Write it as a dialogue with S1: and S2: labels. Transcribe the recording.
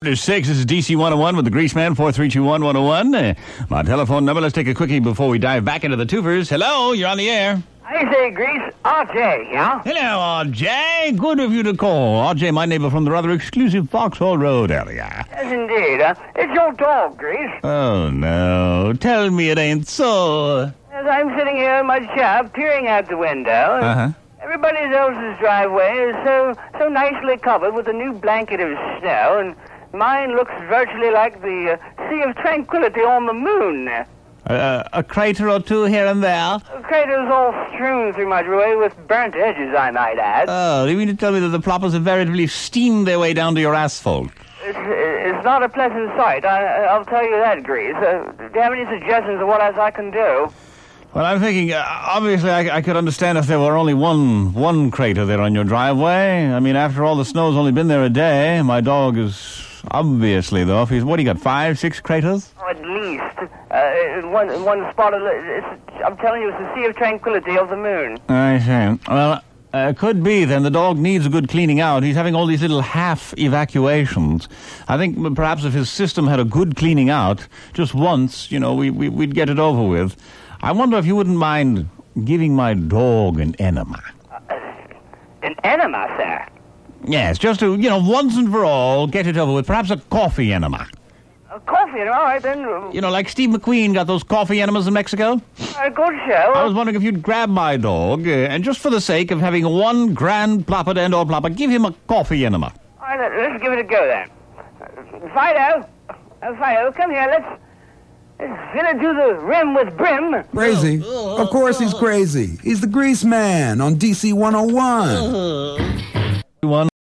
S1: After six, this is DC 101 with the Grease Man, 4321 101. Uh, my telephone number, let's take a quickie before we dive back into the twofers. Hello, you're on the air.
S2: I say Grease RJ, yeah?
S1: Hello, RJ. Good of you to call. RJ, my neighbor from the rather exclusive Foxhall Road area.
S2: Yes, indeed. Uh, it's your dog, Grease.
S1: Oh, no. Tell me it ain't so.
S2: As I'm sitting here in my chair, peering out the window,
S1: Uh-huh.
S2: everybody else's driveway is so, so nicely covered with a new blanket of snow, and mine looks virtually like the uh, Sea of Tranquility on the moon.
S1: Uh, a crater or two here and there.
S2: The crater's all strewn through my driveway with burnt edges, I might add.
S1: Oh, you mean to tell me that the ploppers have veritably steamed their way down to your asphalt?
S2: It's, it's not a pleasant sight, I, I'll tell you that, Grease. Uh, do you have any suggestions of what else I can do?
S1: Well, I'm thinking. Uh, obviously, I, I could understand if there were only one one crater there on your driveway. I mean, after all, the snow's only been there a day. My dog is obviously though. If he's what he got five, six craters.
S2: Oh, At least uh, in one in one spot. Of, the- it's, I'm telling you, it's the sea of tranquility of the moon.
S1: I see. Well, uh, could be then. The dog needs a good cleaning out. He's having all these little half evacuations. I think m- perhaps if his system had a good cleaning out just once, you know, we, we we'd get it over with. I wonder if you wouldn't mind giving my dog an enema.
S2: An enema, sir.
S1: Yes, just to, you know, once and for all, get it over with. Perhaps a coffee enema.
S2: A Uh, coffee, all right then. uh,
S1: You know, like Steve McQueen got those coffee enemas in Mexico.
S2: A good show.
S1: I was wondering if you'd grab my dog, uh, and just for the sake of having one grand plopper and or plopper, give him a coffee enema.
S2: All right, let- let's give it a go then. Uh, Fido, uh, Fido, come here. Let's let's fill it to the rim with brim.
S3: Crazy. Of course oh he's crazy. He's the grease man on DC 101.
S1: One